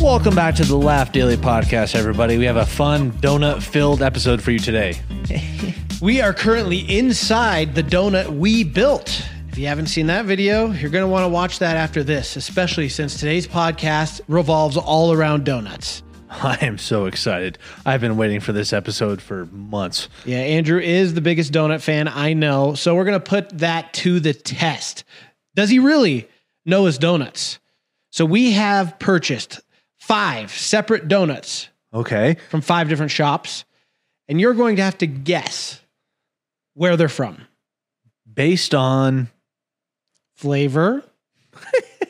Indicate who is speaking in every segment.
Speaker 1: Welcome back to the Laugh Daily Podcast, everybody. We have a fun donut filled episode for you today.
Speaker 2: We are currently inside the donut we built. If you haven't seen that video, you're going to want to watch that after this, especially since today's podcast revolves all around donuts.
Speaker 1: I am so excited. I've been waiting for this episode for months.
Speaker 2: Yeah, Andrew is the biggest donut fan I know, so we're going to put that to the test. Does he really know his donuts? So we have purchased five separate donuts
Speaker 1: Okay.
Speaker 2: from five different shops, and you're going to have to guess where they're from.
Speaker 1: Based on.
Speaker 2: Flavor.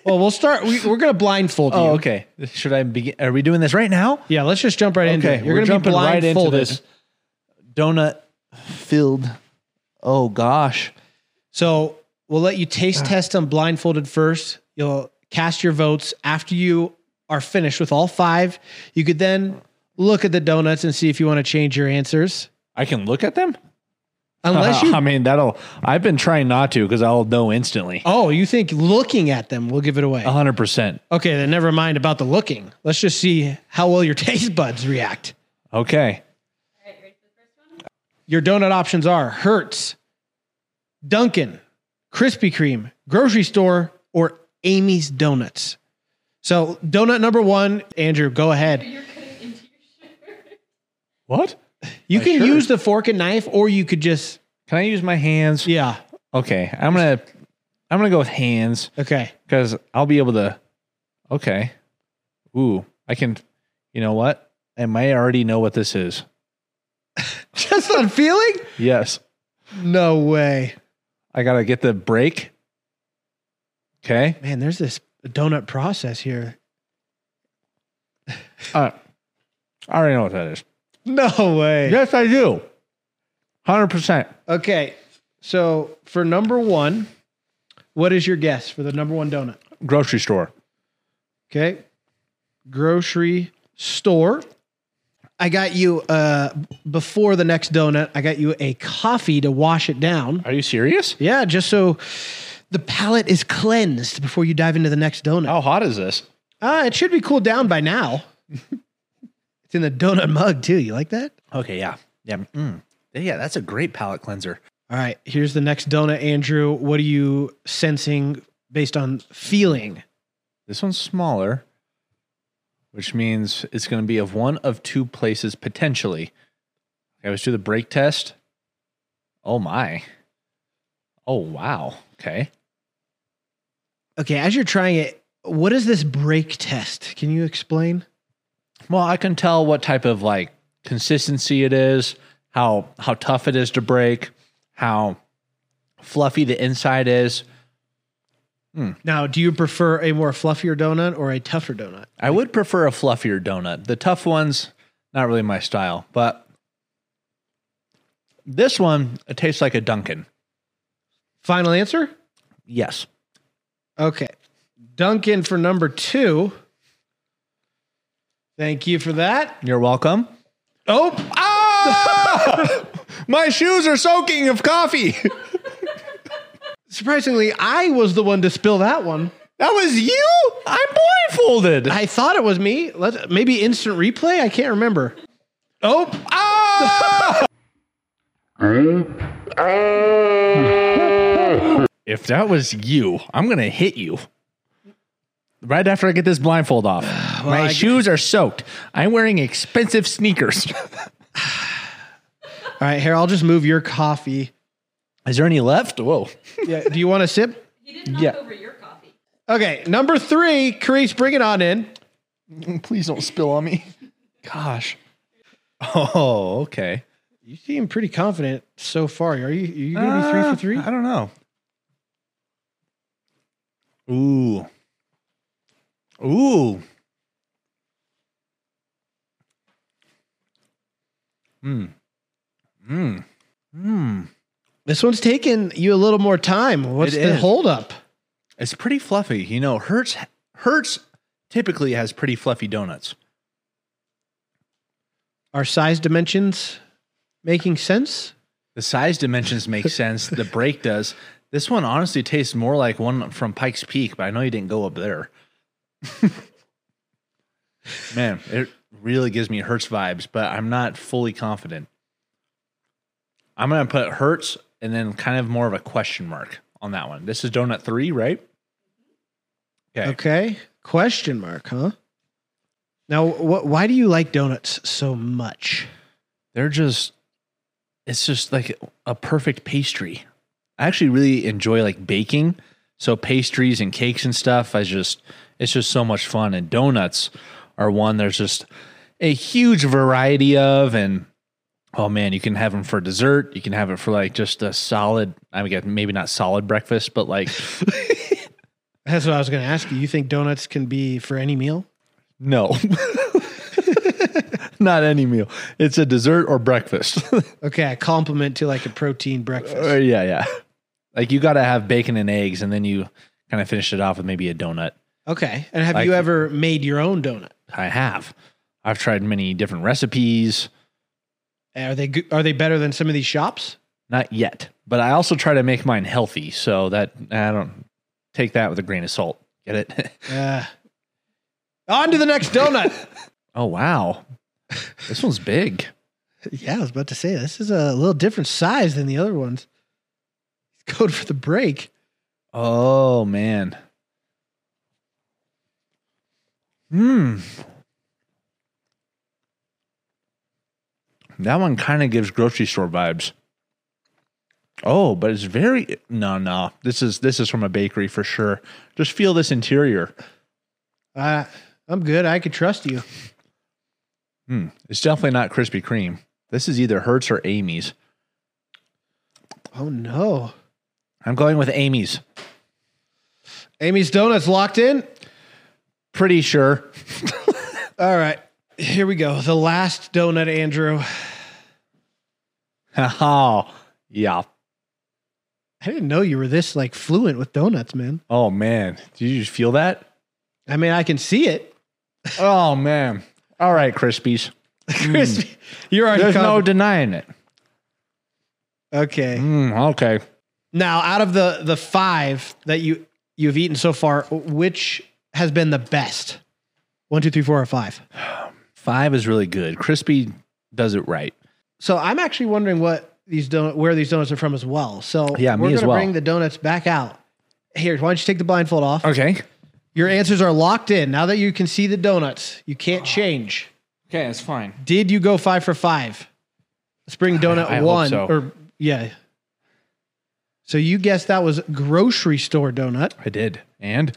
Speaker 2: well, we'll start. We, we're going to blindfold you.
Speaker 1: Oh, okay. Should I begin? Are we doing this right now?
Speaker 2: Yeah, let's just jump right into
Speaker 1: Okay.
Speaker 2: it. You're
Speaker 1: we're
Speaker 2: going to be
Speaker 1: jumping right
Speaker 2: blindfolded.
Speaker 1: into this donut filled. Oh, gosh.
Speaker 2: So we'll let you
Speaker 1: Ah.
Speaker 2: taste test them blindfolded first. You'll cast your votes after you are finished with all five. You could then look at the donuts and see if you want to change your answers.
Speaker 1: I can look at them?
Speaker 2: Unless you,
Speaker 1: I mean, that'll. I've been trying not to because I'll know instantly.
Speaker 2: oh, you think looking at them will give it away?
Speaker 1: Uh-huh. 100%.
Speaker 2: Okay, then never mind about the looking. Let's just see how well your taste buds react.
Speaker 1: Okay.
Speaker 2: Your donut options are Hertz, Dunkin', Krispy Kreme, grocery store, or Amy's Donuts. So, donut number one, Andrew, go ahead.
Speaker 1: What?
Speaker 2: You
Speaker 1: My
Speaker 2: can
Speaker 1: shirt.
Speaker 2: use the fork and knife, or you could just,
Speaker 1: Can I use my hands?
Speaker 2: yeah,
Speaker 1: Okay, I'm gonna I'm gonna go with hands
Speaker 2: okay.
Speaker 1: because I'll be able to. Okay, ooh, I can. You know what? I may already know what this is.
Speaker 2: Just on feeling?
Speaker 1: Yes,
Speaker 2: No way.
Speaker 1: I gotta get the break. Okay.
Speaker 2: Man, there's this donut process here.
Speaker 1: Uh, I already know what that is.
Speaker 2: No way.
Speaker 1: Yes, I do. Hundred percent.
Speaker 2: Okay. So, for number one, what is your guess for the number one donut?
Speaker 1: Grocery store.
Speaker 2: Okay. Grocery store. I got you uh before the next donut, I got you a coffee to wash it down.
Speaker 1: Are you serious?
Speaker 2: Yeah, just so the palate is cleansed before you dive into the next donut.
Speaker 1: How hot is this?
Speaker 2: Ah, it should be cooled down by now. it's in the donut mug too. You like that?
Speaker 1: Okay. Yeah. Yeah. mm. Yeah. That's a great palate cleanser.
Speaker 2: All right, here's the next donut, Andrew. What are you sensing based on feeling?
Speaker 1: This one's smaller, which means it's going to be of one of two places potentially. Okay, let's do the brake test. Oh my. Oh wow. Okay.
Speaker 2: Okay, as you're trying it, what is this break test? Can you explain?
Speaker 1: Well, I can tell what type of like consistency it is, how how tough it is to break, how fluffy the inside is.
Speaker 2: Now, do you prefer a more fluffier donut or a tougher donut?
Speaker 1: I would prefer a fluffier donut. The tough ones, not really my style, but this one it tastes like a Dunkin'.
Speaker 2: Final answer?
Speaker 1: Yes.
Speaker 2: Okay. Duncan for number two. Thank you for that.
Speaker 1: You're welcome.
Speaker 2: Oh,
Speaker 1: Ah! My shoes are soaking of coffee.
Speaker 2: surprisingly, I was the one to spill that one.
Speaker 1: That was you? I'm blindfolded.
Speaker 2: I thought it was me. Let maybe instant replay. I can't remember. Oh,
Speaker 1: Ah! if that was you, I'm going to hit you. Right after I get this blindfold off, my
Speaker 2: I-
Speaker 1: shoes are soaked. I'm wearing expensive sneakers.
Speaker 2: all right. Here, I'll just move your coffee.
Speaker 1: Is there any left? Whoa.
Speaker 2: Yeah. Do you want a sip?
Speaker 3: He didn't knock
Speaker 1: Yeah.
Speaker 3: over your coffee.
Speaker 2: Okay. Number three, Carice, bring it on in.
Speaker 1: Please don't spill on me. Gosh. Oh, okay.
Speaker 2: You seem pretty confident so far. Are you? Are you gonna be three
Speaker 1: Uh,
Speaker 2: for three?
Speaker 1: I don't know. Ooh. Ooh. Mmm. Mmm. Mmm.
Speaker 2: This one's taking you a little more time. What's
Speaker 1: It
Speaker 2: the
Speaker 1: is.
Speaker 2: holdup?
Speaker 1: It's pretty fluffy. You know, Hertz Hertz typically has pretty fluffy donuts.
Speaker 2: Are size dimensions making sense?
Speaker 1: The size dimensions make sense. The break does. This one honestly tastes more like one from Pike's Peak, but I know you didn't go up there. Man, it really gives me Hertz vibes, but I'm not fully confident. I'm going to put Hertz and then kind of more of a question mark on that one. This is donut three, right? Okay.
Speaker 2: Okay. Question mark, huh? Now, wh- why do you like donuts so much?
Speaker 1: They're just, it's just like a perfect pastry. I actually really enjoy like baking. So pastries and cakes and stuff, I just, it's just so much fun. And donuts are one there's just a huge variety of. And oh man, you can have them for dessert. You can have it for like just a solid, I guess maybe not solid breakfast, but like
Speaker 2: That's what I was going to ask you. You think donuts can be for any meal?
Speaker 1: No. Not any meal. It's a dessert or breakfast.
Speaker 2: Okay, a compliment to like a protein
Speaker 1: Uh,
Speaker 2: breakfast.
Speaker 1: yeah, yeah. Like you got to have bacon and eggs and then you kind of finish it off with maybe a donut.
Speaker 2: Okay. And have
Speaker 1: Like-
Speaker 2: you ever made your own donut?
Speaker 1: I have. I've tried many different recipes.
Speaker 2: Are they go- are they better than some of these shops?
Speaker 1: Not yet. But I also try to make mine healthy. So that I don't take that with a grain of salt. Get it?
Speaker 2: Uh, on to the next donut.
Speaker 1: oh, wow. This one's big.
Speaker 2: yeah, I was about to say this is a little different size than the other ones. Code for the break.
Speaker 1: Oh, man. Hmm. That one kind of gives grocery store vibes. Oh, but it's very no, no. This is this is from a bakery for sure. Just feel this interior.
Speaker 2: Uh, I'm good. I could trust you.
Speaker 1: Hmm. It's definitely not Krispy Kreme. This is either Hertz or Amy's.
Speaker 2: Oh no.
Speaker 1: I'm going with Amy's.
Speaker 2: Amy's donuts locked in.
Speaker 1: Pretty sure.
Speaker 2: All right. Here we go. The last donut, Andrew.
Speaker 1: oh, yeah.
Speaker 2: I didn't know you were this like fluent with donuts, man.
Speaker 1: Oh man, did you feel that?
Speaker 2: I mean, I can see it.
Speaker 1: Oh man. All right, Krispies.
Speaker 2: Crispy. You're already
Speaker 1: Hmm. There's no
Speaker 2: covered.
Speaker 1: denying it.
Speaker 2: okay.
Speaker 1: Mm, okay.
Speaker 2: Now, out of the the five that you you've eaten so far, which has been the best? One, two, three, four, or five.
Speaker 1: Five is really good. Crispy does it right.
Speaker 2: So I'm actually wondering what these donut where these donuts are from as well. So
Speaker 1: Yeah,
Speaker 2: we're
Speaker 1: me as
Speaker 2: gonna
Speaker 1: well.
Speaker 2: Bring the donuts back out. Here, why don't you take the blindfold off?
Speaker 1: Okay.
Speaker 2: Your answers are locked in. Now that you can see the donuts, you
Speaker 1: Ah.
Speaker 2: can't change.
Speaker 1: Okay, that's fine.
Speaker 2: Did you go five for five? Let's bring donut
Speaker 1: I hope
Speaker 2: one
Speaker 1: so.
Speaker 2: or yeah. So you guessed that was grocery store donut.
Speaker 1: I did. And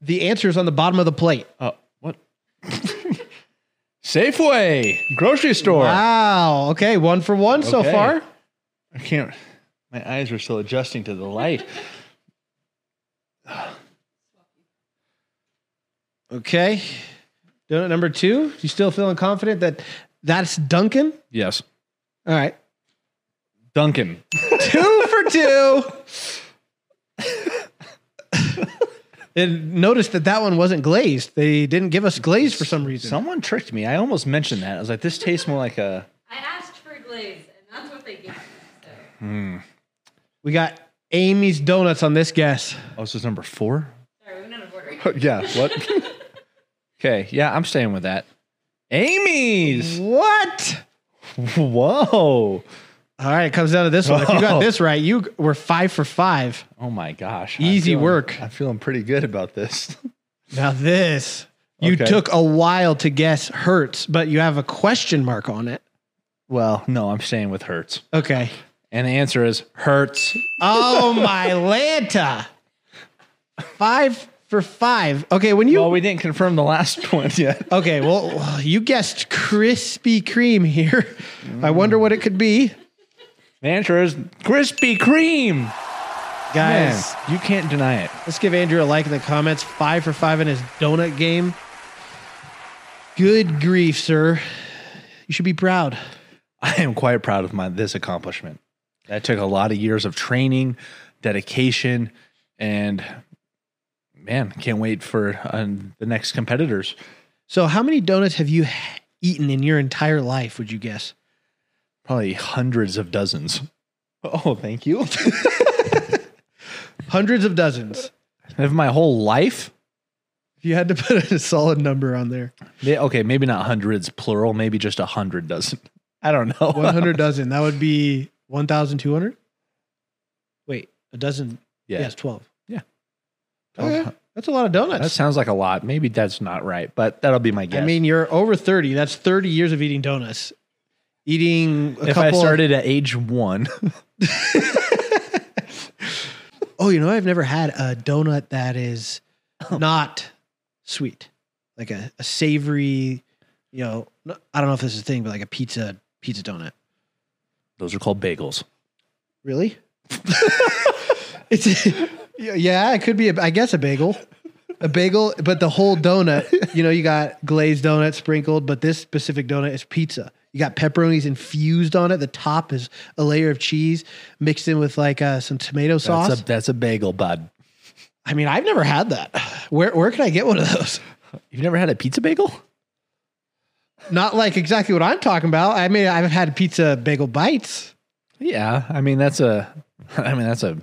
Speaker 2: The answer is on the bottom of the plate.
Speaker 1: uh what? Safeway grocery store.
Speaker 2: Wow. Okay, one for one so
Speaker 1: Okay.
Speaker 2: far.
Speaker 1: I can't my eyes were still adjusting to the light.
Speaker 2: Okay. Donut number two. You still feeling confident that that's Duncan?
Speaker 1: yes.
Speaker 2: All right.
Speaker 1: Duncan.
Speaker 2: Two for two. and notice that that one wasn't glazed. They didn't give us glaze for some reason.
Speaker 1: Someone tricked me. I almost mentioned that. I was like, this tastes more like a
Speaker 3: I asked for glaze, and that's what they gave me. So.
Speaker 2: We got Amy's donuts on this guess.
Speaker 1: Oh, this is number four?
Speaker 3: Sorry, we're not a word.
Speaker 1: yeah. What? okay. Yeah, I'm staying with that. Amy's.
Speaker 2: What?
Speaker 1: Whoa.
Speaker 2: All right, it comes down to this one. If you got this right, you were five for five.
Speaker 1: Oh my gosh. I'm
Speaker 2: Easy
Speaker 1: feeling-
Speaker 2: work.
Speaker 1: I'm feeling pretty good about this.
Speaker 2: Now this, you
Speaker 1: Okay.
Speaker 2: took a while to guess Hertz, but you have a question mark on it.
Speaker 1: Well, no, I'm staying with Hertz.
Speaker 2: Okay.
Speaker 1: And the answer is Hertz.
Speaker 2: Oh my Lanta. Five for five. Okay, when you
Speaker 1: Well, we didn't confirm the last one yet.
Speaker 2: okay, well you guessed Krispy Kreme here. I wonder what it could be,
Speaker 1: The answer is Krispy Kreme. Man,
Speaker 2: guys.
Speaker 1: you can't deny it.
Speaker 2: Let's give Andrew a like in the comments. Five for five in his donut game. Good grief, sir. You should be proud.
Speaker 1: I am quite proud of my this accomplishment. That took a lot of years of training, dedication, and man, can't wait for uh, the next competitors.
Speaker 2: So, how many donuts have you h- eaten in your entire life? Would you guess?
Speaker 1: Probably hundreds of dozens. Oh, thank you.
Speaker 2: Hundreds of dozens.
Speaker 1: of my whole life?
Speaker 2: If you had to put a solid number on there,
Speaker 1: May- okay, maybe not hundreds plural. Maybe just a hundred dozen. I don't know.
Speaker 2: 100 dozen, that would be 1,200. Wait, a dozen.
Speaker 1: yeah,
Speaker 2: Yes, 12.
Speaker 1: Yeah.
Speaker 2: Okay. That's a lot of donuts.
Speaker 1: that sounds like a lot. Maybe that's not right, but that'll be my guess.
Speaker 2: I mean, you're over 30. That's 30 years of eating donuts. Eating a
Speaker 1: if
Speaker 2: couple
Speaker 1: I
Speaker 2: of-
Speaker 1: started at age one,
Speaker 2: oh, you know, I've never had a donut that is
Speaker 1: Oh.
Speaker 2: not sweet, like a, a savory, you know, n- I don't know if this is a thing, but like a pizza, pizza donut.
Speaker 1: those are called bagels.
Speaker 2: Really? it's yeah, it could be. A, I guess a bagel, a bagel, but the whole donut. You know, you got glazed donut sprinkled, but this specific donut is pizza. You got pepperonis infused on it. The top is a layer of cheese mixed in with like uh, some tomato sauce.
Speaker 1: That's a that's a bagel, bud.
Speaker 2: I mean, I've never had that. Where where can I get one of those?
Speaker 1: You've never had a pizza bagel?
Speaker 2: Not like exactly what I'm talking about. I mean, I've had pizza bagel bites.
Speaker 1: Yeah, I mean that's a, I mean that's a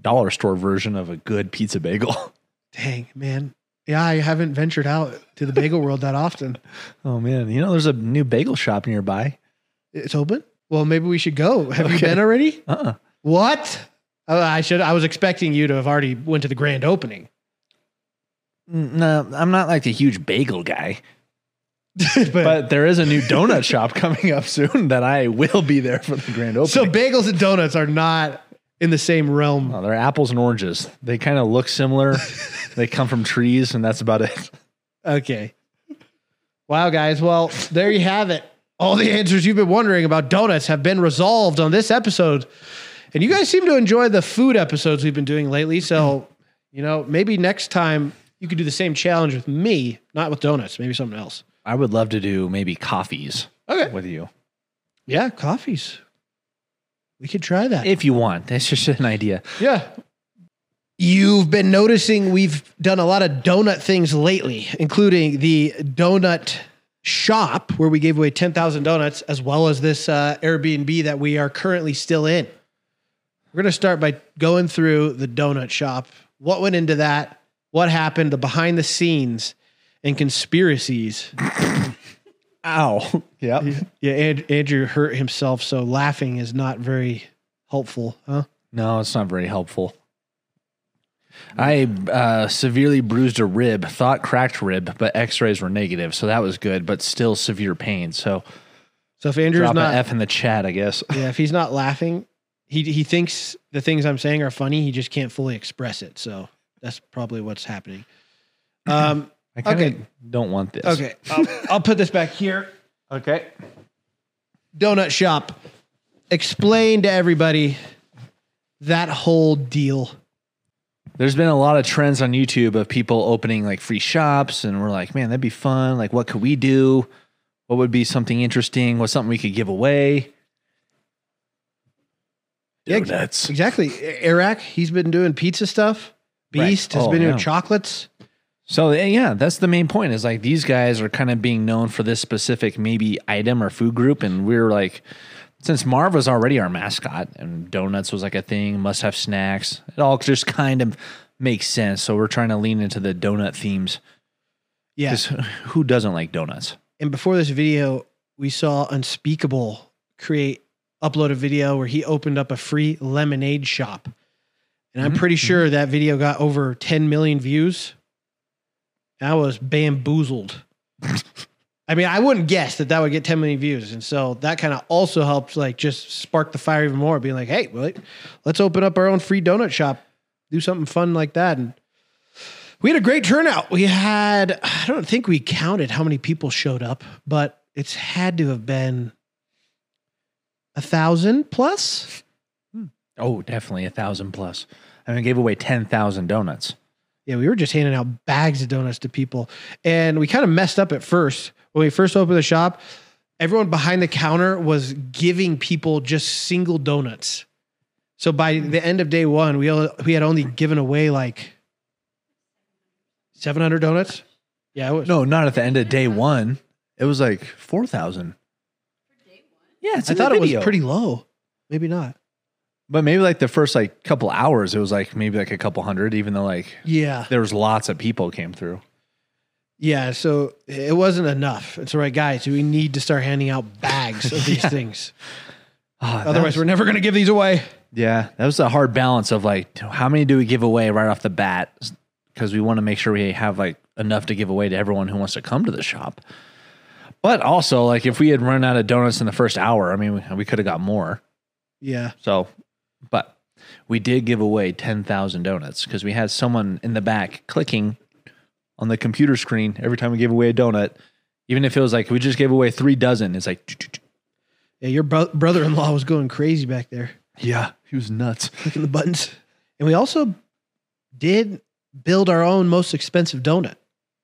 Speaker 1: dollar store version of a good pizza bagel.
Speaker 2: Dang man, yeah, I haven't ventured out to the bagel world that often.
Speaker 1: Oh man, you know there's a new bagel shop nearby.
Speaker 2: It's open. Well, maybe we should go. Have you
Speaker 1: Okay.
Speaker 2: been already?
Speaker 1: Uh uh
Speaker 2: What? Oh, I should. I was expecting you to have already went to the grand opening.
Speaker 1: No, I'm not like the huge bagel guy.
Speaker 2: but,
Speaker 1: But there is a new donut shop coming up soon that I will be there for the grand opening.
Speaker 2: so bagels and donuts are not in the same realm.
Speaker 1: Oh, they're apples and oranges. They kind of look similar. they come from trees, and that's about it.
Speaker 2: Okay. Wow, guys. Well, there you have it. All the answers you've been wondering about donuts have been resolved on this episode. And you guys seem to enjoy the food episodes we've been doing lately. So, you know, maybe next time you could do the same challenge with me, not with donuts, maybe something else.
Speaker 1: I would love to do maybe coffees
Speaker 2: Okay.
Speaker 1: with you
Speaker 2: Yeah, coffees. We could try that.
Speaker 1: if you want. That's just an idea.
Speaker 2: Yeah. You've been noticing we've done a lot of donut things lately, including the donut shop where we gave away 10,000 donuts, as well as this uh, Airbnb that we are currently still in. We're going to start by going through the donut shop. What went into that? What happened? The behind the scenes and conspiracies.
Speaker 1: Ow. Yep.
Speaker 2: Yeah, and, Andrew hurt himself, so laughing is not very helpful, huh?
Speaker 1: No, it's not very helpful. I uh, severely bruised a rib, thought cracked rib, but x rays were negative. So that was good, but still severe pain. So
Speaker 2: So if Andrew's
Speaker 1: drop
Speaker 2: not
Speaker 1: an F in the chat, I guess.
Speaker 2: Yeah, if he's not laughing, he he thinks the things I'm saying are funny. He just can't fully express it. So that's probably what's happening. Um.
Speaker 1: I kinda
Speaker 2: Okay.
Speaker 1: don't want this.
Speaker 2: Okay. I'll, I'll put this back here.
Speaker 1: Okay.
Speaker 2: Donut shop. Explain to everybody that whole deal.
Speaker 1: There's been a lot of trends on YouTube of people opening like free shops, and we're like, man, that'd be fun. Like, what could we do? What would be something interesting? What's something we could give away?
Speaker 2: Yeah, ex-
Speaker 1: Donuts.
Speaker 2: Exactly. Iraq. He's been doing pizza stuff.
Speaker 1: Right.
Speaker 2: Beast has
Speaker 1: Oh,
Speaker 2: been doing
Speaker 1: yeah.
Speaker 2: chocolates.
Speaker 1: So eh, yeah, that's the main point. Is like these guys are kind of being known for this specific maybe item or food group, and we're like, since Marv was already our mascot and donuts was like a thing, must have snacks. It all just kind of makes sense. So we're trying to lean into the donut themes
Speaker 2: Yeah.
Speaker 1: because who doesn't like donuts?
Speaker 2: And before this video, we saw Unspeakable create upload a video where he opened up a free lemonade shop. And I'm
Speaker 1: Mhm,
Speaker 2: pretty sure that video got over 10 million views. I was bamboozled. I mean, I wouldn't guess that that would get 10 million views. And so that kind of also helped like just spark the fire even more, being like, hey, well, let's open up our own free donut shop, do something fun like that. And we had a great turnout. We had, I don't think we counted how many people showed up, but it's had to have been a thousand plus.
Speaker 1: Oh, definitely a thousand plus. I mean, gave away ten thousand donuts.
Speaker 2: Yeah, we were just handing out bags of donuts to people. And we kind of messed up at first. When we first opened the shop, everyone behind the counter was giving people just single donuts. So by the end of day one, we, all, we had only given away like 700 donuts. Yeah, it was.
Speaker 1: No, not at the end of day one. It was like four thousand. Yeah, it's
Speaker 2: I
Speaker 1: in the
Speaker 2: thought it was
Speaker 1: video.
Speaker 2: pretty low. Maybe not.
Speaker 1: But maybe like the first like couple hours, it was like maybe like a couple hundred, even though like
Speaker 2: Yeah.
Speaker 1: there was lots of people came through.
Speaker 2: Yeah, so it wasn't enough. It's all right, guys. We need to start handing out bags of these
Speaker 1: Yeah.
Speaker 2: things.
Speaker 1: Ah, that
Speaker 2: Otherwise,
Speaker 1: was-
Speaker 2: we're never going to give these away.
Speaker 1: yeah, that was a hard balance of like, how many do we give away right off the bat? Because we want to make sure we have like enough to give away to everyone who wants to come to the shop. But also, like, if we had run out of donuts in the first hour, I mean, we, we could have got more.
Speaker 2: Yeah.
Speaker 1: So, but we did give away 10,000 donuts because we had someone in the back clicking on the computer screen every time we gave away a donut. Even if it was like we just gave away three dozen, it's like,
Speaker 2: Yeah, your bro- brother-in-law was going crazy back there,
Speaker 1: yeah, he was nuts.
Speaker 2: clicking the buttons. And we also did build our own most expensive donut,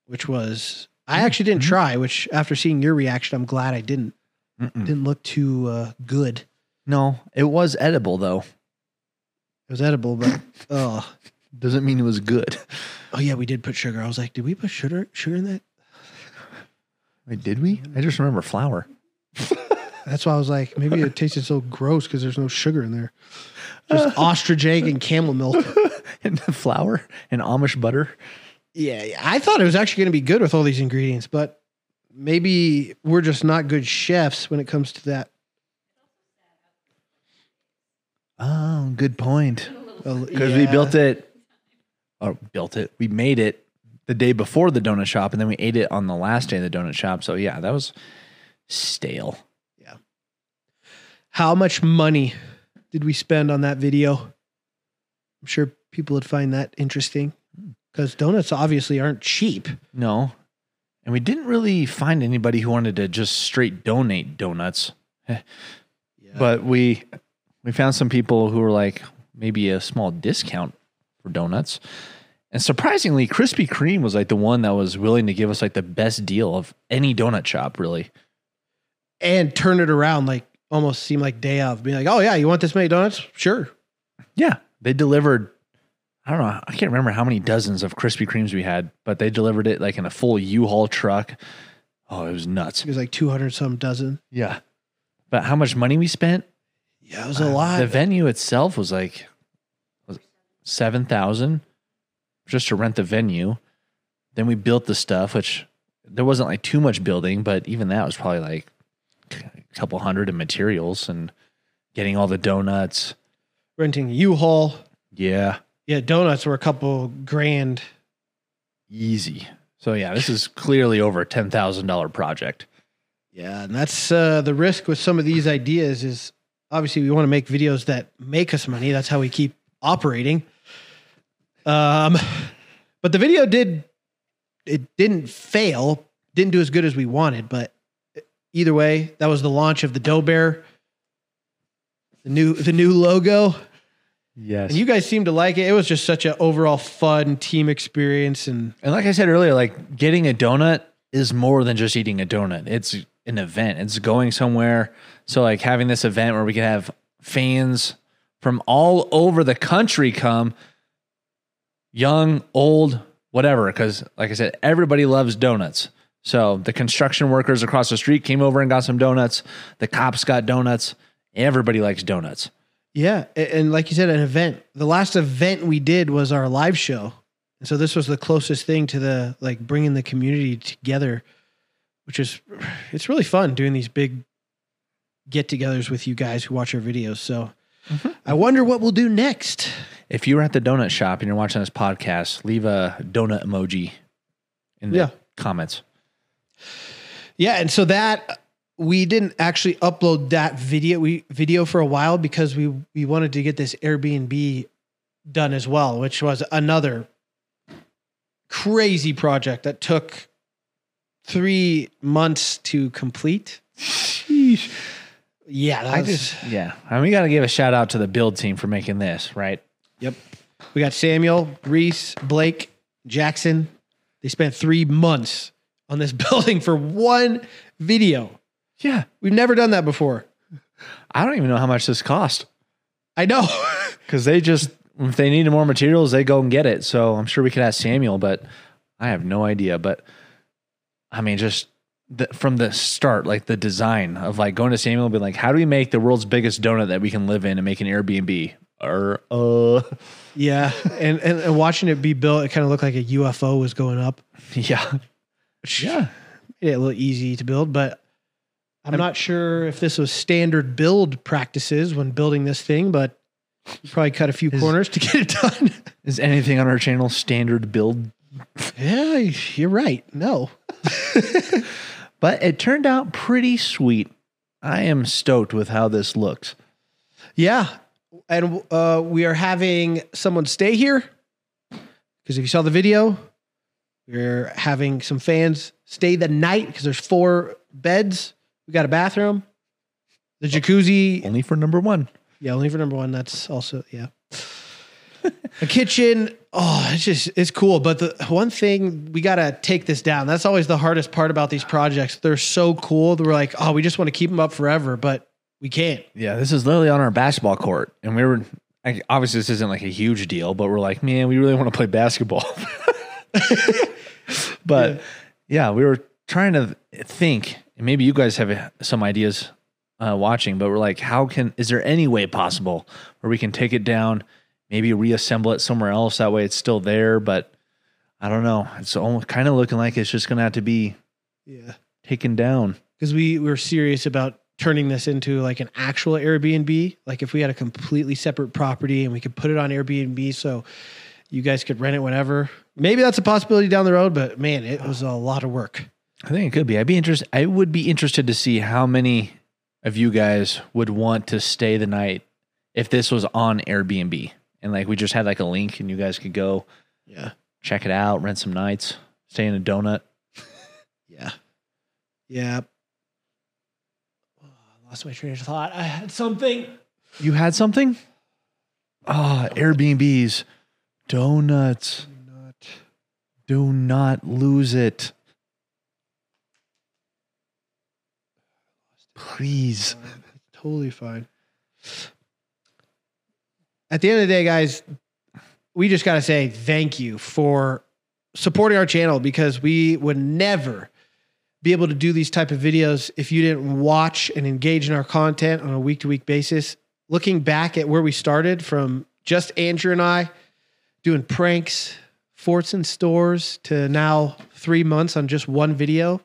Speaker 2: which was
Speaker 1: Mm-hmm.
Speaker 2: I actually didn't try, which after seeing your reaction, I'm glad I didn't.
Speaker 1: Mm-mm.
Speaker 2: Didn't look too uh, good.
Speaker 1: No, it was edible though.
Speaker 2: It was edible, but oh,
Speaker 1: Doesn't mean it was good.
Speaker 2: oh yeah, we did put sugar. I was like, did we put sugar sugar in that?
Speaker 1: Wait, did we? I just remember flour.
Speaker 2: That's why I was like, maybe it tasted so gross because there's no sugar in there. Just ostrich egg and camel milk.
Speaker 1: and flour and Amish butter.
Speaker 2: Yeah, yeah. I thought it was actually going to be good with all these ingredients, but maybe we're just not good chefs when it comes to that.
Speaker 1: Oh, good point.
Speaker 2: Because
Speaker 1: Because we built it, or built it, we made it the day before the donut shop, and then we ate it on the last day of the donut shop. So yeah, that was stale.
Speaker 2: How much money did we spend on that video? I'm sure people would find that interesting because donuts obviously aren't cheap.
Speaker 1: No, and we didn't really find anybody who wanted to just straight donate donuts.
Speaker 2: Yeah.
Speaker 1: But we we found some people who were like maybe a small discount for donuts. And surprisingly, Krispy Kreme was like the one that was willing to give us like the best deal of any donut shop, really.
Speaker 2: and turn it around like almost seem like day of being like oh yeah you want this many donuts sure
Speaker 1: Yeah, they delivered. I don't know. I can't remember how many dozens of Krispy Kremes we had, but they delivered it like in a full U-Haul truck. Oh, it was nuts.
Speaker 2: it was like 200 some dozen
Speaker 1: Yeah, but how much money we spent?
Speaker 2: yeah it was a lot
Speaker 1: The venue itself was like was seven thousand just to rent the venue. Then we built the stuff, which there wasn't like too much building, but even that was probably like a couple hundred in materials and getting all the donuts.
Speaker 2: renting u-haul
Speaker 1: Yeah,
Speaker 2: yeah donuts were a couple grand
Speaker 1: easy. So yeah, this is clearly over a ten thousand dollar project.
Speaker 2: yeah and that's uh, the risk with some of these ideas is obviously we want to make videos that make us money that's how we keep operating um but the video did it didn't fail didn't do as good as we wanted but uh, either way that was the launch of the dough bear the new the new logo
Speaker 1: Yes,
Speaker 2: and you guys seemed to like it it was just such an overall fun team experience and
Speaker 1: and like I said earlier, like getting a donut is more than just eating a donut. It's an event. It's going somewhere. So like having this event where we can have fans from all over the country come, young, old, whatever. Because like I said, everybody loves donuts. So the construction workers across the street came over and got some donuts. The cops got donuts. Everybody likes donuts.
Speaker 2: yeah a- and like you said an event the last event we did was our live show and so this was the closest thing to the like bringing the community together which is it's really fun doing these big get-togethers with you guys who watch our videos so i wonder what we'll do next
Speaker 1: If you were at the donut shop and you're watching this podcast, leave a donut emoji in the
Speaker 2: Yeah.
Speaker 1: comments.
Speaker 2: Yeah, and so that we didn't actually upload that video we video for a while because we we wanted to get this Airbnb done as well, which was another crazy project that took 3 months to complete. Yeah, that
Speaker 1: I
Speaker 2: was,
Speaker 1: just yeah. And we got to give a shout out to the build team for making this right.
Speaker 2: yep. We got Samuel, Reese, Blake, Jackson. They spent 3 months on this building for one video.
Speaker 1: Yeah,
Speaker 2: We've never done that before.
Speaker 1: I don't even know how much this cost
Speaker 2: I know.
Speaker 1: because they just if they needed more materials, they go and get it. So I'm sure we could ask Samuel, but I have no idea. But I mean, just the, from the start, like the design of like going to Samuel and being like, how do we make the world's biggest donut that we can live in and make an Airbnb? Or uh,
Speaker 2: Yeah, and, and and watching it be built, it kind of looked like a UFO was going up.
Speaker 1: yeah.
Speaker 2: which
Speaker 1: Yeah.
Speaker 2: made it a little easy to build, but I'm, not sure if this was standard build practices when building this thing, but you probably cut a few
Speaker 1: Is-
Speaker 2: corners to get it done.
Speaker 1: Is anything on our channel standard build?
Speaker 2: yeah, you're right. No.
Speaker 1: But it turned out pretty sweet. I am stoked with how this looks.
Speaker 2: Yeah. And uh, we are having someone stay here because if you saw the video, we're having some fans stay the night because there's four beds. We got a bathroom, the jacuzzi.
Speaker 1: Only for number one.
Speaker 2: Yeah, only for number one. That's also yeah. A kitchen. Oh, it's just it's cool. But the one thing we gotta take this down. That's always the hardest part about these projects. They're so cool. That we're like, oh, we just want to keep them up forever, but we can't.
Speaker 1: Yeah, this is literally on our basketball court, and we were I, obviously this isn't like a huge deal, but we're like, man, we really want to play basketball. but yeah. we were trying to think, and maybe you guys have some ideas uh, watching, but we're like, how can is there any way possible where we can take it down, maybe reassemble it somewhere else? That way, it's still there, but I don't know. It's almost kind of looking like it's just gonna have to be
Speaker 2: Yeah.
Speaker 1: taken down.
Speaker 2: because we were serious about turning this into like an actual Airbnb. Like if we had a completely separate property and we could put it on Airbnb, so you guys could rent it whenever. Maybe that's a possibility down the road, but man, it was a lot of work.
Speaker 1: I think it could be. I'd be interested. I would be interested to see how many of you guys would want to stay the night if this was on Airbnb and like we just had like a link and you guys could go
Speaker 2: Yeah,
Speaker 1: check it out, rent some nights, stay in a donut.
Speaker 2: yeah, yeah. Oh, I lost my train of thought. I had something.
Speaker 1: You had something? Ah, Airbnbs, donuts.
Speaker 2: Not.
Speaker 1: Do not lose it. Please.
Speaker 2: fine. It's totally fine. At the end of the day, guys, we just got to say thank you for supporting our channel because we would never be able to do these type of videos if you didn't watch and engage in our content on a week to week basis. Looking back at where we started from just Andrew and I doing pranks, forts and stores to now 3 months on just one video.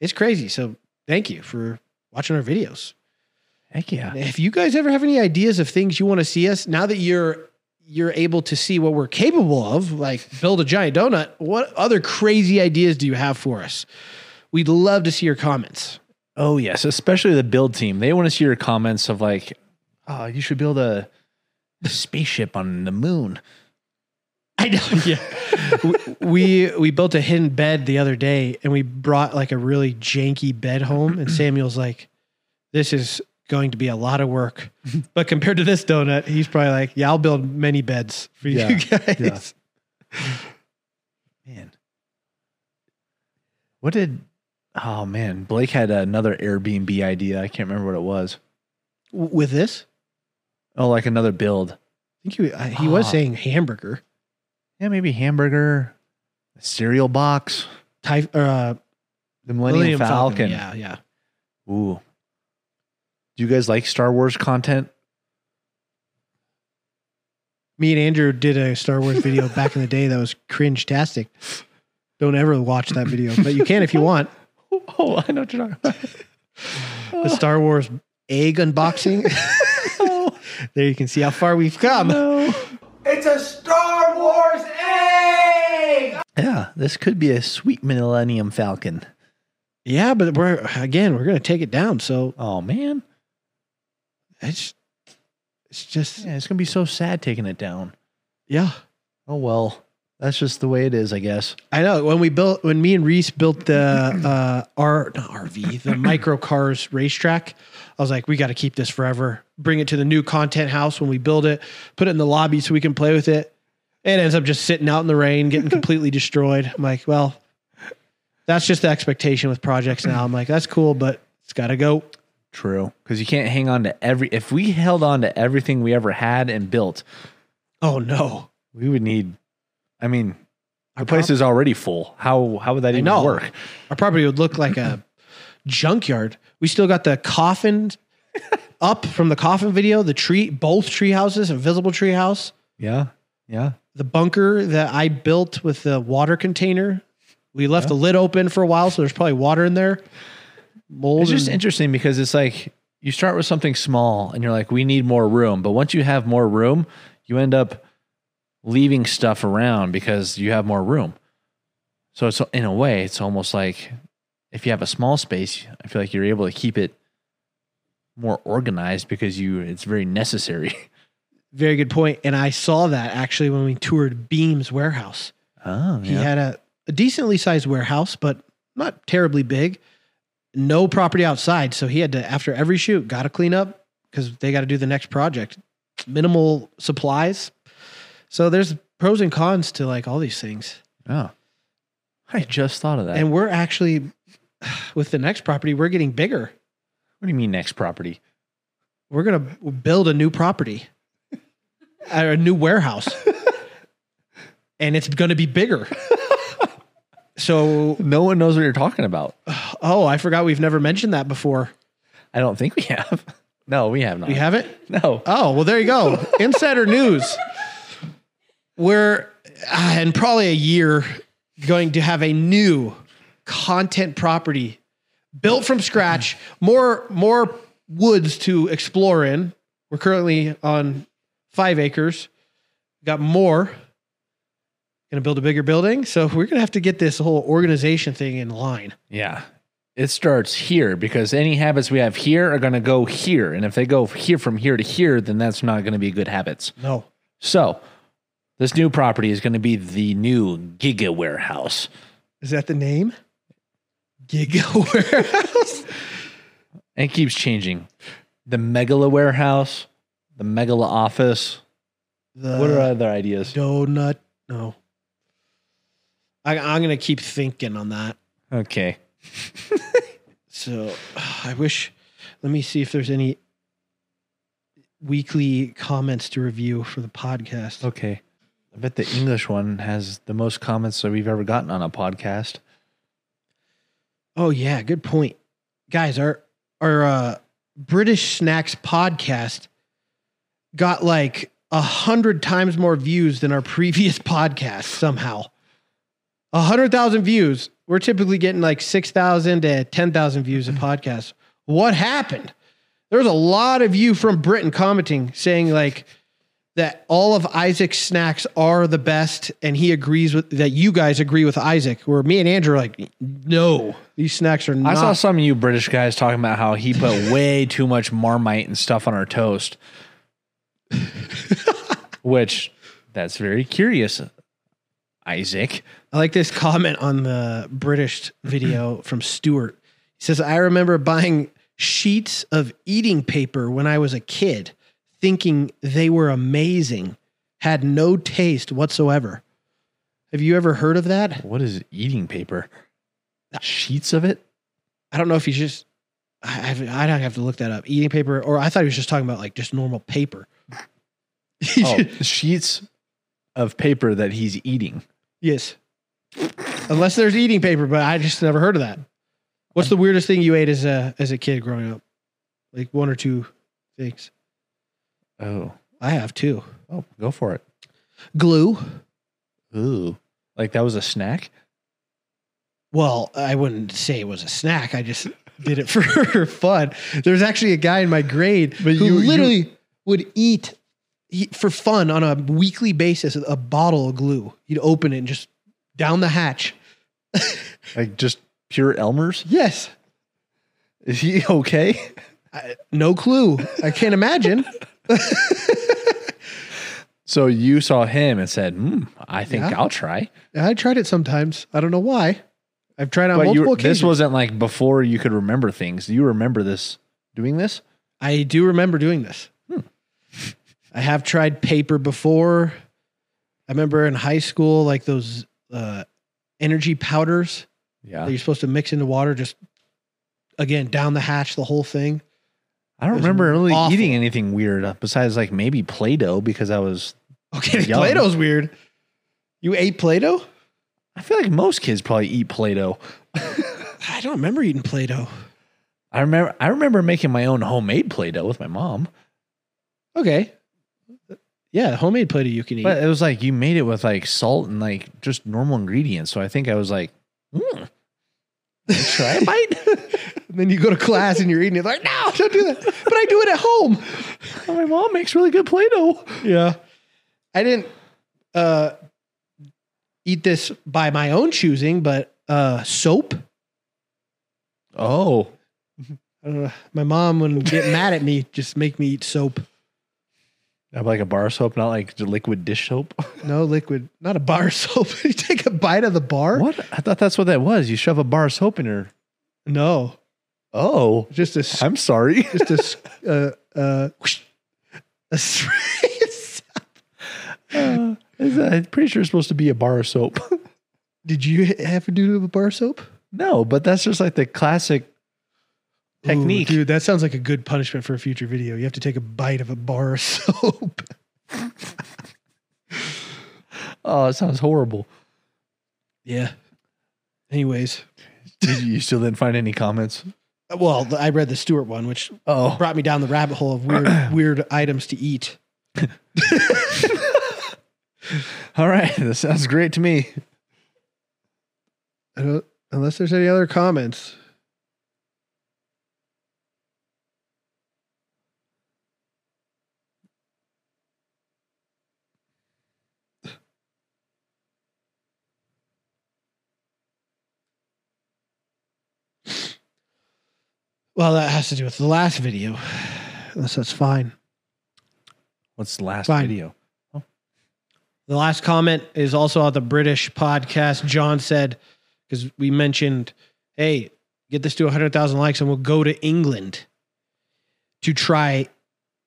Speaker 2: It's crazy. So, thank you for watching our videos.
Speaker 1: Heck yeah.
Speaker 2: If you guys ever have any ideas of things you want to see us, now that you're you're able to see what we're capable of, like build a giant donut, what other crazy ideas do you have for us? We'd love to see your comments.
Speaker 1: Oh yes, especially the build team. They want to see your comments of like, "Oh, you should build a spaceship on the moon."
Speaker 2: I know. Yeah. we we built a hidden bed the other day and we brought like a really janky bed home and Samuel's like, This is going to be a lot of work. But compared to this donut, he's probably like, Yeah, I'll build many beds for you
Speaker 1: Yeah.
Speaker 2: guys.
Speaker 1: Yeah. Man, what did? Oh man, Blake had another Airbnb idea. I can't remember what it was.
Speaker 2: W- With this?
Speaker 1: Oh, like another build.
Speaker 2: I think he, I- he was
Speaker 1: Ah.
Speaker 2: saying hamburger,
Speaker 1: Yeah, maybe hamburger, cereal box,
Speaker 2: Ty, or, uh,
Speaker 1: the Millennium,
Speaker 2: Millennium
Speaker 1: Falcon.
Speaker 2: Yeah, yeah.
Speaker 1: Ooh. Do you guys like Star Wars content?
Speaker 2: Me and Andrew did a Star Wars video back in the day that was cringe tastic. Don't ever watch that video, but you can if you want.
Speaker 1: Oh, I know what you're talking
Speaker 2: The Star Wars egg unboxing.
Speaker 1: about.
Speaker 2: there you can see how far we've come.
Speaker 4: It's a Star Wars egg!
Speaker 1: Yeah, this could be a sweet Millennium Falcon.
Speaker 2: Yeah, but we're again, we're gonna take it down. So
Speaker 1: Oh man,
Speaker 2: it's it's just
Speaker 1: yeah, it's gonna be so sad taking it down.
Speaker 2: yeah.
Speaker 1: Oh well, that's just the way it is, I guess.
Speaker 2: I know when we built when me and Reese built the uh R not RV the micro cars racetrack. I was like, we got to keep this forever. Bring it to the new content house when we build it. Put it in the lobby so we can play with it. It ends up just sitting out in the rain, getting completely destroyed. I'm like, well, that's just the expectation with projects now. I'm like, that's cool, but it's got to go.
Speaker 1: True, because you can't hang on to every. If we held on to everything we ever had and built,
Speaker 2: Oh no,
Speaker 1: we would need. I mean,
Speaker 2: our
Speaker 1: the place
Speaker 2: prop-
Speaker 1: is already full. How how would that even
Speaker 2: know.
Speaker 1: work?
Speaker 2: our property would look like a junkyard. We still got the coffin up from the coffin video, the tree, both tree houses, invisible tree house,
Speaker 1: Yeah, yeah.
Speaker 2: the bunker that I built with the water container. We left the lid open for a while, so there's probably water in there. Mold.
Speaker 1: It's just
Speaker 2: and-
Speaker 1: interesting because it's like you start with something small and you're like, we need more room. But once you have more room, you end up leaving stuff around because you have more room. So it's in a way, it's almost like if you have a small space, I feel like you're able to keep it more organized because you it's very necessary.
Speaker 2: Very good point. And I saw that actually when we toured Beam's warehouse.
Speaker 1: Oh,
Speaker 2: He had a, a decently sized warehouse, but not terribly big. No property outside. So he had to, after every shoot, got to clean up because they got to do the next project. Minimal supplies. So there's pros and cons to like all these things.
Speaker 1: oh. I just thought of that.
Speaker 2: And we're actually, with the next property, we're getting bigger.
Speaker 1: what do you mean next property?
Speaker 2: We're going to build a new property, a new warehouse. and it's going to be bigger. so,
Speaker 1: No one knows what you're talking about.
Speaker 2: oh, I forgot we've never mentioned that before.
Speaker 1: I don't think we have. No, we have not.
Speaker 2: We haven't?
Speaker 1: no.
Speaker 2: Oh, well, there you go. Insider news. We're uh, in probably a year going to have a new content property built from scratch, more more woods to explore in. We're currently on five acres. Got more. Gonna build a bigger building. So we're gonna have to get this whole organization thing in line.
Speaker 1: Yeah. It starts here because any habits we have here are going to go here. And if they go here from here to here, then that's not going to be good habits.
Speaker 2: No.
Speaker 1: So, this new property is going to be the new Giga Warehouse.
Speaker 2: Is that the name? Giga Warehouse.
Speaker 1: And it keeps changing. The Megala Warehouse, the Megala Office.
Speaker 2: The-
Speaker 1: what are other ideas?
Speaker 2: donut. No. I, I'm gonna keep thinking on that.
Speaker 1: Okay.
Speaker 2: So I wish. Let me see if there's any weekly comments to review for the podcast.
Speaker 1: Okay. I bet the English one has the most comments that we've ever gotten on a podcast.
Speaker 2: Oh yeah, good point, guys. Our our uh, British snacks podcast got like a hundred times more views than our previous podcast somehow. A hundred thousand views. We're typically getting like six thousand to ten thousand views a
Speaker 1: Mm-hmm.
Speaker 2: podcast. What happened? There was a lot of you from Britain commenting saying like that all of Isaac's snacks are the best, and he agrees with that. You guys agree with Isaac, where me and Andrew are like, no, these snacks are
Speaker 1: I
Speaker 2: not.
Speaker 1: saw some of you British guys talking about how he put way too much marmite and stuff on our toast. Which that's very curious, Isaac.
Speaker 2: I like this comment on the British video from Stuart. He says, I remember buying sheets of eating paper when I was a kid, thinking they were amazing, had no taste whatsoever. Have you ever heard of that?
Speaker 1: What is eating paper? Sheets of it?
Speaker 2: I don't know if he's just, I, I've- I'd have to look that up. Eating paper, or I thought he was just talking about like just normal paper.
Speaker 1: Oh, sheets of paper that he's eating.
Speaker 2: yes. Unless there's eating paper, but I just never heard of that. What's the weirdest thing you ate as a as a kid growing up? Like one or two things.
Speaker 1: Oh,
Speaker 2: I have two.
Speaker 1: oh, go for it.
Speaker 2: Glue.
Speaker 1: Ooh, like that was a snack.
Speaker 2: Well, I wouldn't say it was a snack. I just did it for fun. There's actually a guy in my grade
Speaker 1: But
Speaker 2: who
Speaker 1: you- you-
Speaker 2: literally would eat he, for fun on a weekly basis a bottle of glue. He'd open it and just down the hatch.
Speaker 1: Like just pure Elmer's.
Speaker 2: Yes.
Speaker 1: Is he okay?
Speaker 2: No clue. I can't imagine.
Speaker 1: So you saw him and said, hmm, "I think
Speaker 2: Yeah.
Speaker 1: I'll try."
Speaker 2: I tried it sometimes. I don't know why. I've tried on
Speaker 1: but
Speaker 2: multiple
Speaker 1: you,
Speaker 2: occasions.
Speaker 1: this wasn't like before you could remember things. Do you remember this doing this?
Speaker 2: I do remember doing this.
Speaker 1: Hmm.
Speaker 2: I have tried paper before. I remember in high school, like those uh, energy powders that
Speaker 1: Yeah,
Speaker 2: you're supposed to mix into water, just again down the hatch, the whole thing.
Speaker 1: I don't
Speaker 2: was
Speaker 1: remember really
Speaker 2: awful.
Speaker 1: eating anything weird uh, besides like maybe Play-Doh because I was.
Speaker 2: Okay,
Speaker 1: Yum.
Speaker 2: Play Doh's weird. You ate Play Doh?
Speaker 1: I feel like most kids probably eat Play-Doh.
Speaker 2: I don't remember eating Play Doh.
Speaker 1: I remember. I remember making my own homemade Play-Doh with my mom,
Speaker 2: Okay. Yeah, homemade Play Doh you can eat.
Speaker 1: but it was like you made it with like salt and like just normal ingredients. So I think I was like Mm. Try a bite.
Speaker 2: And then you go to class and you're eating. You're like, no, don't do that. But I do it at home.
Speaker 1: My mom makes really good Play-Doh.
Speaker 2: Yeah. I didn't uh, eat this by my own choosing, but uh, soap.
Speaker 1: Oh,
Speaker 2: I don't know. My mom would get mad at me, just make me eat soap.
Speaker 1: I have like a bar soap, not like the liquid dish soap.
Speaker 2: No liquid, not a bar of soap. you take a bite of the bar?
Speaker 1: What? I thought that's what that was. You shove a bar of soap in her.
Speaker 2: No,
Speaker 1: Oh,
Speaker 2: just a s-
Speaker 1: I'm sorry.
Speaker 2: just a s- uh, uh, whoosh. a s-
Speaker 1: Uh, is that- I'm pretty sure it's supposed to be a bar of soap.
Speaker 2: Did you have to do a bar of soap
Speaker 1: no, but that's just like the classic
Speaker 2: Ooh,
Speaker 1: technique.
Speaker 2: dude? That sounds like a good punishment for a future video. You have to take a bite of a bar of soap.
Speaker 1: oh, it sounds horrible.
Speaker 2: Yeah. Anyways,
Speaker 1: Did you you still didn't find any comments?
Speaker 2: well, th- I read the Stewart one, which uh,
Speaker 1: Oh,
Speaker 2: brought me down the rabbit hole of weird, weird items to eat.
Speaker 1: all right. That sounds great to me.
Speaker 2: I don't, unless there's any other comments. Well, that has to do with the last video. Unless that's fine.
Speaker 1: What's the last
Speaker 2: Fine.
Speaker 1: video?
Speaker 2: The last comment is also on the British podcast. John said, because we mentioned, hey, get this to 100,000 likes and we'll go to England to try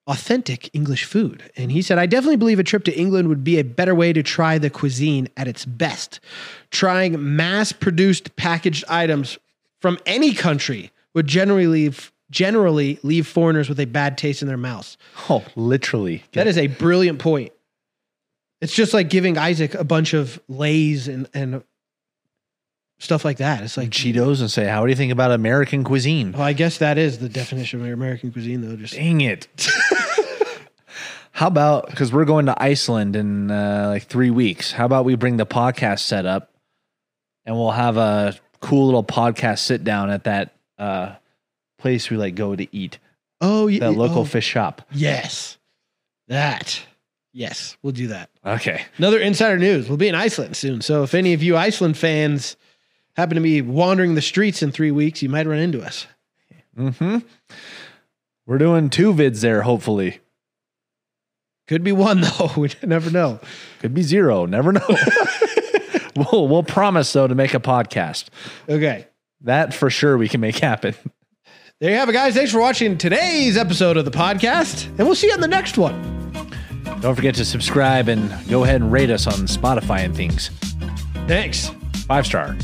Speaker 2: authentic English food. And he said, I definitely believe a trip to England would be a better way to try the cuisine at its best. Trying mass produced packaged items from any country would generally leave, generally leave foreigners with a bad taste in their mouths.
Speaker 1: Oh, literally.
Speaker 2: That is a brilliant point. It's just like giving Isaac a bunch of lays and and stuff like that. It's like,
Speaker 1: Cheetos and say, how do you think about American cuisine?
Speaker 2: well, I guess that is the definition of American cuisine, though. Just
Speaker 1: Dang it. how about because we're going to Iceland in uh, like three weeks? How about we bring the podcast set up and we'll have a cool little podcast sit down at that uh, place we like go to eat
Speaker 2: oh, yeah,
Speaker 1: that local
Speaker 2: oh,
Speaker 1: fish shop.
Speaker 2: yes, that yes, we'll do that.
Speaker 1: Okay,
Speaker 2: Another insider news: we'll be in Iceland soon, so if any of you Iceland fans happen to be wandering the streets in three weeks, you might run into us.
Speaker 1: mm-hmm. we're doing two vids there. Hopefully,
Speaker 2: Could be one though. We never know.
Speaker 1: could be zero. Never know. we'll we'll promise though to make a podcast
Speaker 2: Okay.
Speaker 1: that for sure we can make happen.
Speaker 2: There you have it, guys. Thanks for watching today's episode of the podcast, and we'll see you on the next one.
Speaker 1: Don't forget to subscribe and go ahead and rate us on Spotify and things.
Speaker 2: Thanks.
Speaker 1: Five star.